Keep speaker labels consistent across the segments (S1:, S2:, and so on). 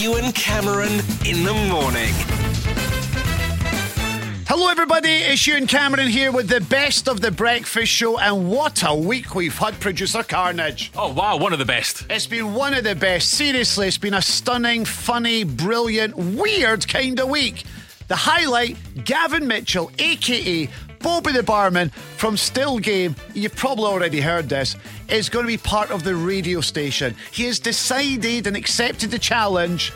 S1: Ewan Cameron in the morning.
S2: Hello, everybody. It's Ewan Cameron here with the best of the breakfast show, and what a week we've had, producer Carnage.
S3: Oh wow, one of the best.
S2: It's been one of the best. Seriously, it's been a stunning, funny, brilliant, weird kind of week. The highlight Gavin Mitchell, aka Bobby the Barman from Still Game, you've probably already heard this, is going to be part of the radio station. He has decided and accepted the challenge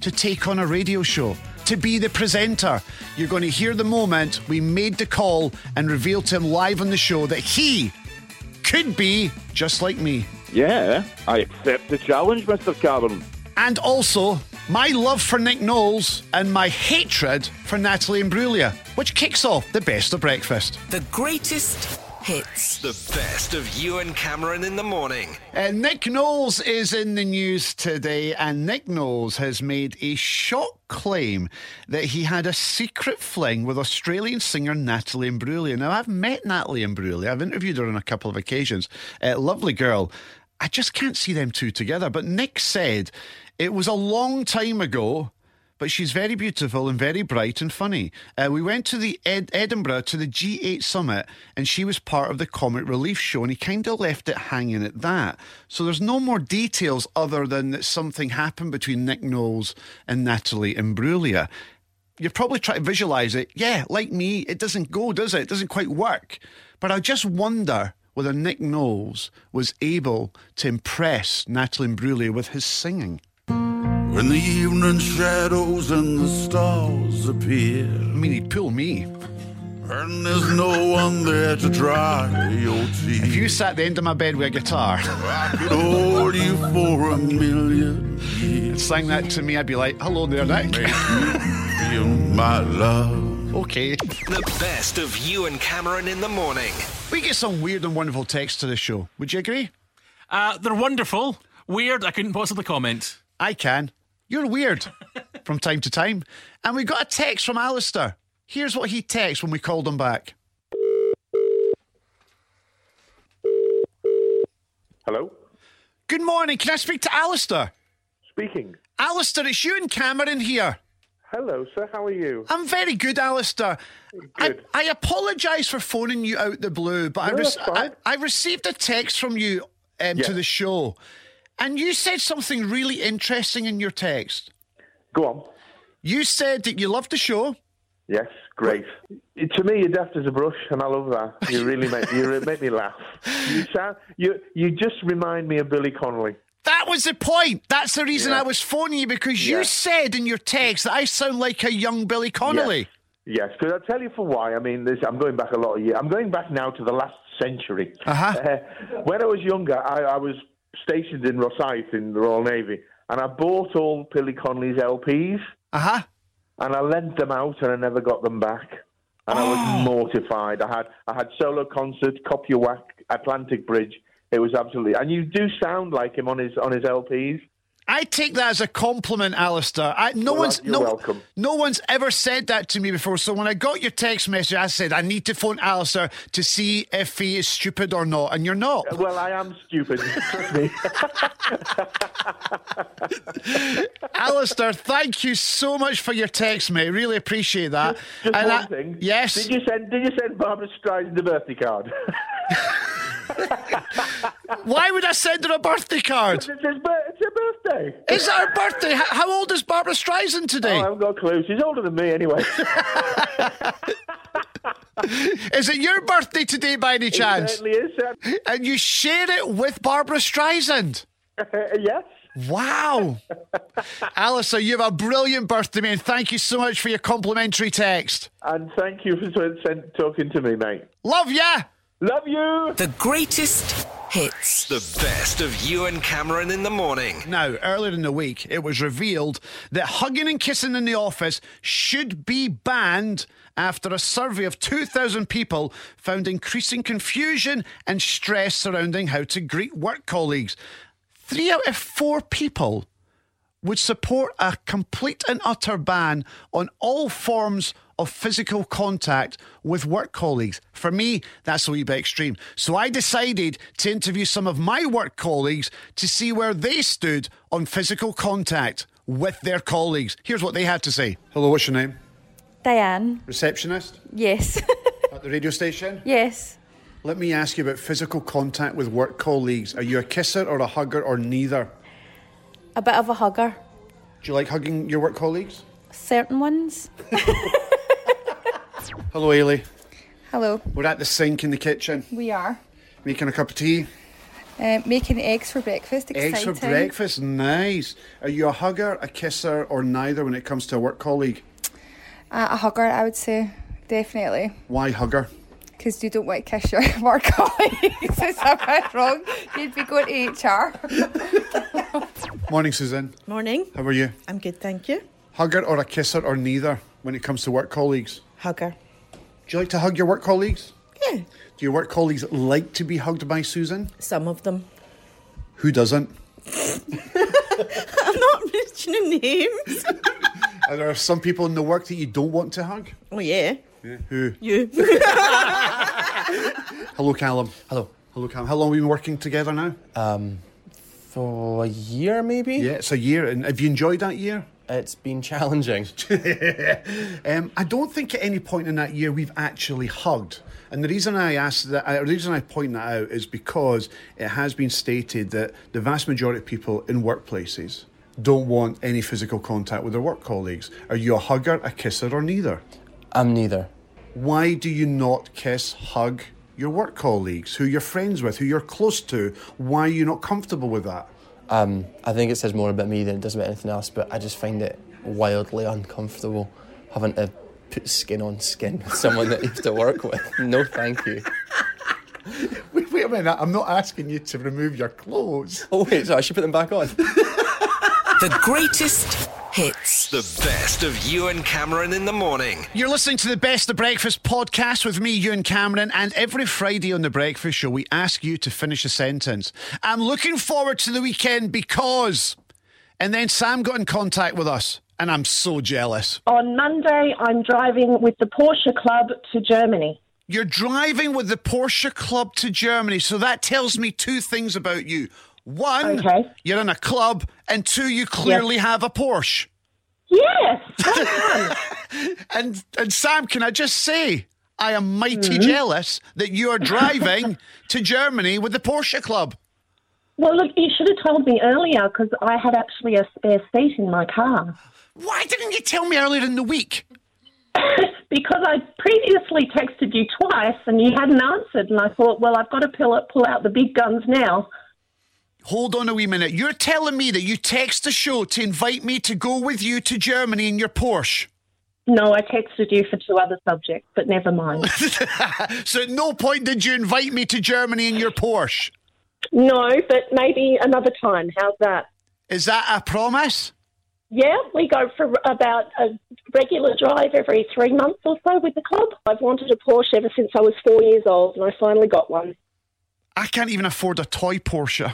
S2: to take on a radio show, to be the presenter. You're going to hear the moment we made the call and revealed to him live on the show that he could be just like me.
S4: Yeah, I accept the challenge, Mr. Cameron.
S2: And also, my love for Nick Knowles and my hatred for Natalie Imbruglia, which kicks off the best of breakfast.
S5: The greatest hits.
S1: The best of Ewan Cameron in the morning.
S2: Uh, Nick Knowles is in the news today, and Nick Knowles has made a shock claim that he had a secret fling with Australian singer Natalie Imbruglia. Now, I've met Natalie Imbruglia, I've interviewed her on a couple of occasions. Uh, lovely girl. I just can't see them two together. But Nick said it was a long time ago. But she's very beautiful and very bright and funny. Uh, we went to the Ed- Edinburgh to the G8 summit, and she was part of the Comic Relief show, and he kind of left it hanging at that. So there's no more details other than that something happened between Nick Knowles and Natalie Imbruglia. You're probably trying to visualize it. Yeah, like me, it doesn't go, does it? It doesn't quite work. But I just wonder whether Nick Knowles was able to impress Natalie Imbruglia with his singing.
S6: When the evening shadows and the stars appear,
S2: I mean, he'd pull me.
S6: and there's no one there to dry your
S2: If you
S6: tears,
S2: sat at the end of my bed with a guitar
S6: I could hold you for a million
S2: and
S6: years.
S2: sang that to me, I'd be like, hello there, Nick.
S6: You're my love.
S2: okay.
S1: The best of Ewan Cameron in the morning.
S2: We get some weird and wonderful texts to the show. Would you agree?
S3: Uh, they're wonderful. Weird. I couldn't possibly comment.
S2: I can. You're weird from time to time. And we got a text from Alistair. Here's what he texts when we called him back.
S4: Hello?
S2: Good morning. Can I speak to Alistair?
S4: Speaking.
S2: Alistair, it's you and Cameron here.
S4: Hello, sir, how are you?
S2: I'm very good, Alistair.
S4: Good.
S2: I, I apologise for phoning you out the blue, but I,
S4: No, that's
S2: I,
S4: fine.
S2: I received a text from you um,
S4: Yeah.
S2: to the show, and you said something really interesting in your text.
S4: Go on.
S2: You said that you loved the show.
S4: Yes, great. To me, you're deft as a brush, and I love that. You really make you re- make me laugh. You sound you you just remind me of Billy Connolly.
S2: That was the point. That's the reason
S4: Yeah.
S2: I was phoning you because
S4: Yeah.
S2: you said in your text that I sound like a young Billy Connolly.
S4: Yes, because I'll tell you for why. I mean, this, I'm going back a lot of years. I'm going back now to the last century.
S2: Uh-huh.
S4: Uh, when I was younger, I, I was stationed in Rosyth in the Royal Navy, and I bought all Billy Connolly's LPs.
S2: Uh huh.
S4: and I lent them out and I never got them back. And I
S2: Ah.
S4: was mortified. I had I had solo concert, Copyawak, Atlantic Bridge. It was absolutely and you do sound like him on his on his LPs.
S2: I take that as a compliment, Alistair. I, no
S4: Well,
S2: one's
S4: you're
S2: no,
S4: welcome.
S2: no one's ever said that to me before. So when I got your text message, I said I need to phone Alistair to see if he is stupid or not, and you're not.
S4: Well, I am stupid. Trust me.
S2: Alistair, thank you so much for your text, mate. Really appreciate that.
S4: Just
S2: And
S4: one
S2: I-
S4: thing.
S2: Yes.
S4: Did you send Did you send Barbara Streisand a birthday card?
S2: Why would I send her a birthday card?
S4: it's, his, bir- it's her birthday.
S2: Is it her birthday? H- How old is Barbara Streisand
S4: Oh,
S2: today?
S4: I haven't got a clue. She's older than me anyway.
S2: Is it your birthday today by any
S4: It
S2: chance?
S4: certainly is. sir.
S2: And you share it with Barbara Streisand.
S4: uh, yes.
S2: Wow. Alistair, you have a brilliant birthday, man. Thank you so much for your complimentary text.
S4: And thank you for t- send- talking to me, mate.
S2: Love ya.
S4: Love you.
S5: The greatest hits.
S1: The best of Ewan Cameron in the morning.
S2: Now, earlier in the week, it was revealed that hugging and kissing in the office should be banned after a survey of 2,000 people found increasing confusion and stress surrounding how to greet work colleagues. Three out of four people would support a complete and utter ban on all forms of physical contact with work colleagues. For me, that's a wee bit extreme. So I decided to interview some of my work colleagues to see where they stood on physical contact with their colleagues. Here's what they had to say. Hello, what's your name?
S7: Diane,
S2: Receptionist
S7: yes.
S2: at the radio station?
S7: yes.
S2: Let me ask you about physical contact with work colleagues. Are you a kisser or a hugger or neither?
S7: A bit of a hugger.
S2: Do you like hugging your work colleagues?
S7: Certain ones.
S2: Hello, Ailey.
S8: Hello,
S2: We're at the sink in the kitchen,
S8: we are
S2: making a cup of tea.
S8: uh, making eggs for breakfast. Exciting.
S2: Eggs for breakfast, nice. Are you a hugger, a kisser, or neither when it comes to a work colleague?
S8: Uh, a hugger, I would say, definitely,
S2: Why hugger?
S8: because you don't want to kiss your work colleagues. it's a bit wrong. You'd be going to HR.
S2: Morning, Suzanne.
S9: Morning.
S2: How are you?
S9: I'm good, thank you.
S2: Hugger or a kisser or neither when it comes to work colleagues?
S9: Hugger.
S2: Do you like to hug your work colleagues?
S9: Yeah.
S2: Do your work colleagues like to be hugged by Susan?
S9: Some of them.
S2: Who doesn't?
S9: I'm not mentioning names.
S2: Are there some people in the work that you don't want to hug?
S9: oh yeah.
S2: Who?
S9: You.
S2: Hello, Callum. Hello. Hello, Callum. How long have we been working together now?
S6: Um, for a year maybe.
S2: yeah, it's a year. And have you enjoyed that year?
S6: It's been challenging.
S2: um, I don't think at any point in that year we've actually hugged. And the reason I asked that, uh, the reason I point that out is because it has been stated that the vast majority of people in workplaces don't want any physical contact with their work colleagues. Are you a hugger, a kisser, or neither?
S6: I'm neither.
S2: Why do you not kiss, hug your work colleagues, who you're friends with, who you're close to? Why are you not comfortable with that?
S6: Um, I think it says more about me than it does about anything else, but I just find it wildly uncomfortable having to put skin on skin with someone that you have to work with. No, thank you.
S2: Wait, wait a minute, I'm not asking you to remove your clothes.
S6: Oh, wait, so I should put them back on.
S10: The greatest hits.
S1: The best of you and Cameron in the morning.
S2: You're listening to the Best of Breakfast podcast with me, Ewan Cameron, and every Friday on the Breakfast Show, we ask you to finish a sentence. I'm looking forward to the weekend because. And then Sam got in contact with us, and I'm so jealous.
S4: On Monday, I'm driving with the Porsche Club to Germany.
S2: You're driving with the Porsche Club to Germany, so that tells me two things about you. One,
S4: Okay.
S2: you're in a club, and two, you clearly have a Porsche.
S4: Yes,
S2: And and Sam, can I just say, I am mighty
S4: Mm-hmm.
S2: jealous that you are driving to Germany with the Porsche Club.
S4: Well, look, you should have told me earlier because I had actually a spare seat in my car
S2: Why didn't you tell me earlier in the week?
S4: because I previously texted you twice and you hadn't answered. And I thought, well, I've got to pull, it, pull out the big guns now.
S2: Hold on a wee minute. You're telling me that you text the show to invite me to go with you to Germany in your Porsche.
S4: No, I texted you for two other subjects, but never mind.
S2: So at no point did you invite me to Germany in your Porsche.
S4: no, but maybe another time. How's that?
S2: Is that a promise?
S4: Yeah, we go for about a regular drive every three months or so with the club. I've wanted a Porsche ever since I was four years old, and I finally got one.
S2: I can't even afford a toy Porsche.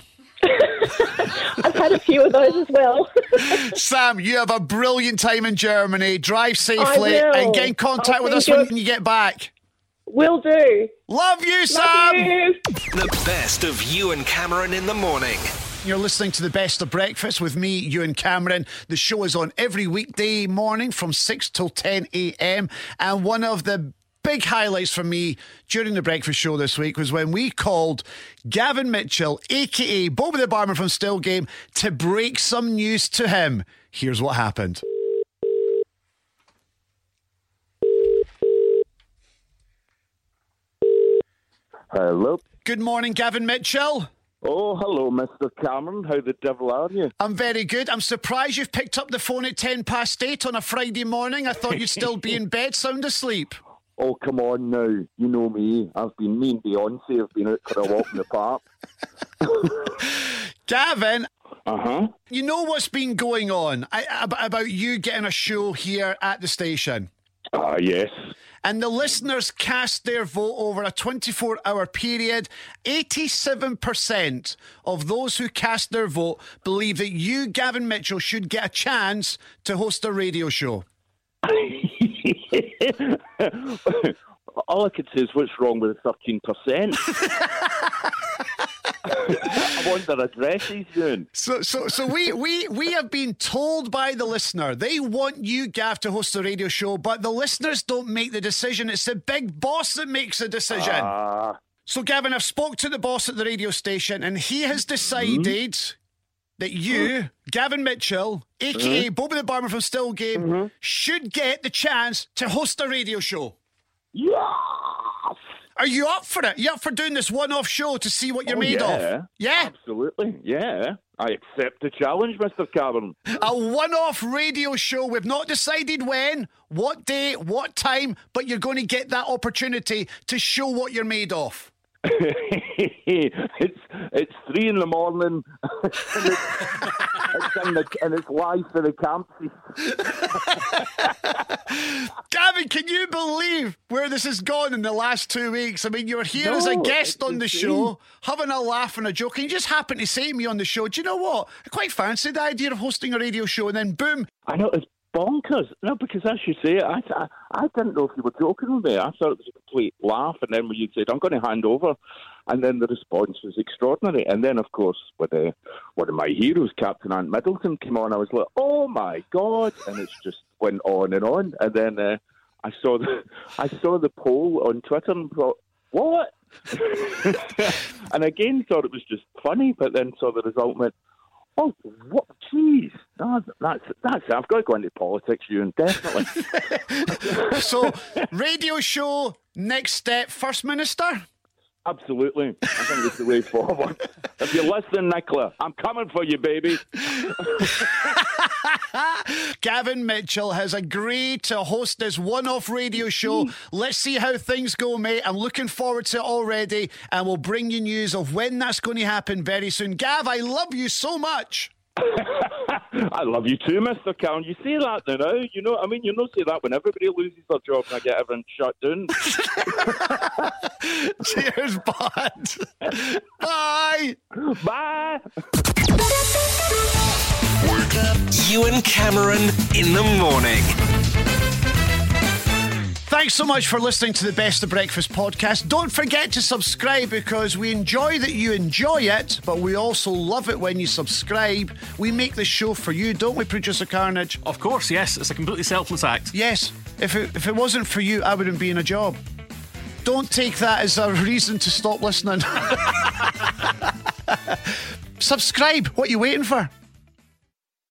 S4: I've had a few of those as well.
S2: Sam, you have a brilliant time in Germany. Drive safely
S4: will.
S2: and get in contact
S4: I'll
S2: with us
S4: think
S2: when
S4: of-
S2: you get back.
S4: Will do.
S2: Love you,
S4: Love
S2: Sam.
S4: you.
S1: The best of you and Cameron in the morning.
S2: You're listening to the best of breakfast with me, you and Cameron. The show is on every weekday morning from 6 till 10 a.m. And one of the big highlights for me during the breakfast show this week was when we called Gavin Mitchell, aka Bobby the Barman from Still Game, to break some news to him. Here's what happened.
S11: Hello.
S2: Good morning, Gavin Mitchell.
S11: Oh, hello, Mr. Cameron. How the devil are you?
S2: I'm very good. I'm surprised you've picked up the phone at 10 past 8 on a Friday morning. I thought you'd still be in bed, sound asleep.
S11: Oh, come on now. You know me. I've been me and Beyonce. have been out for a walk in the park.
S2: Gavin,
S11: Uh
S4: Uh-huh.
S11: huh.
S2: You know what's been going on I, ab- about you getting a show here at the station,
S11: Ah, yes.
S2: and the listeners cast their vote over a 24 hour period. 87% of those who cast their vote believe that you, Gavin Mitchell, should get a chance to host a radio show.
S11: All I could say is what's wrong with the 13%? I want their addresses, Ewan.
S2: So, so, so we, we, we have been told by the listener they want you, Gav, to host the radio show, but the listeners don't make the decision. It's the big boss that makes the decision.
S11: Ah.
S2: So, Gavin, I've spoke to the boss at the radio station, and he has decided
S11: Mm-hmm.
S2: that you, Gavin Mitchell, aka
S11: Mm-hmm.
S2: Bobby the Barman from Still Game, should get the chance to host a radio show.
S11: Yes.
S2: Are you up for it? You up for doing this one-off show to see what you're
S11: Oh,
S2: made
S11: yeah.
S2: of? Yeah.
S11: Absolutely, yeah. I accept the challenge, Mr. Cavern.
S2: A one off radio show. We've not decided when, what day, what time, but you're going to get that opportunity to show what you're made of.
S11: it's it's three in the morning, and it's, it's in the, and it's live for the campsies.
S2: Gavin, can you believe where this has gone in the last two weeks? I mean, you were here as a
S11: No,
S2: guest
S11: it's
S2: on the
S11: insane.
S2: show, having a laugh and a joke, and you just happened to say to me on the show, Do you know what? I quite fancy the idea of hosting a radio show, and then boom.
S11: I know it's bonkers. No, because as you say, I, I I didn't know if you were joking with me. I thought it was a complete laugh, and then when you said I'm going to hand over, and then the response was extraordinary. And then, of course, with uh, one of my heroes, Captain Ant Middleton, came on, I was like, oh my god! And it's just went on and on. And then uh, I saw the I saw the poll on Twitter and thought, what? and again, thought it was just funny, but then saw the result and went, Oh, what? Jeez, no, that's that's. I've got to go into politics, you and definitely.
S2: so, radio show, next step, First Minister?
S11: Absolutely, I think it's the way forward. If you're listening, Nicola, I'm coming for you, baby.
S2: Gavin Mitchell has agreed to host this one off radio show. Let's see how things go, mate. I'm looking forward to it already, and we'll bring you news of when that's going to happen very soon. Gav, I love you so much.
S11: I love you too, Mister Cowan. You say that now, you know. what I mean, you know, say that when everybody loses their job and I get everyone shut down.
S2: Cheers, bud. Bye.
S11: Bye.
S1: Ewan Cameron in the morning.
S2: Thanks so much for listening to the Best of Breakfast podcast. Don't forget to subscribe because we enjoy that you enjoy it, but we also love it when you subscribe. We make this show for you, don't we, producer Carnage?
S3: Of course, yes. It's a completely selfless act.
S2: Yes. If it, if it wasn't for you, I wouldn't be in a job. Don't take that as a reason to stop listening. Subscribe. What are you waiting for?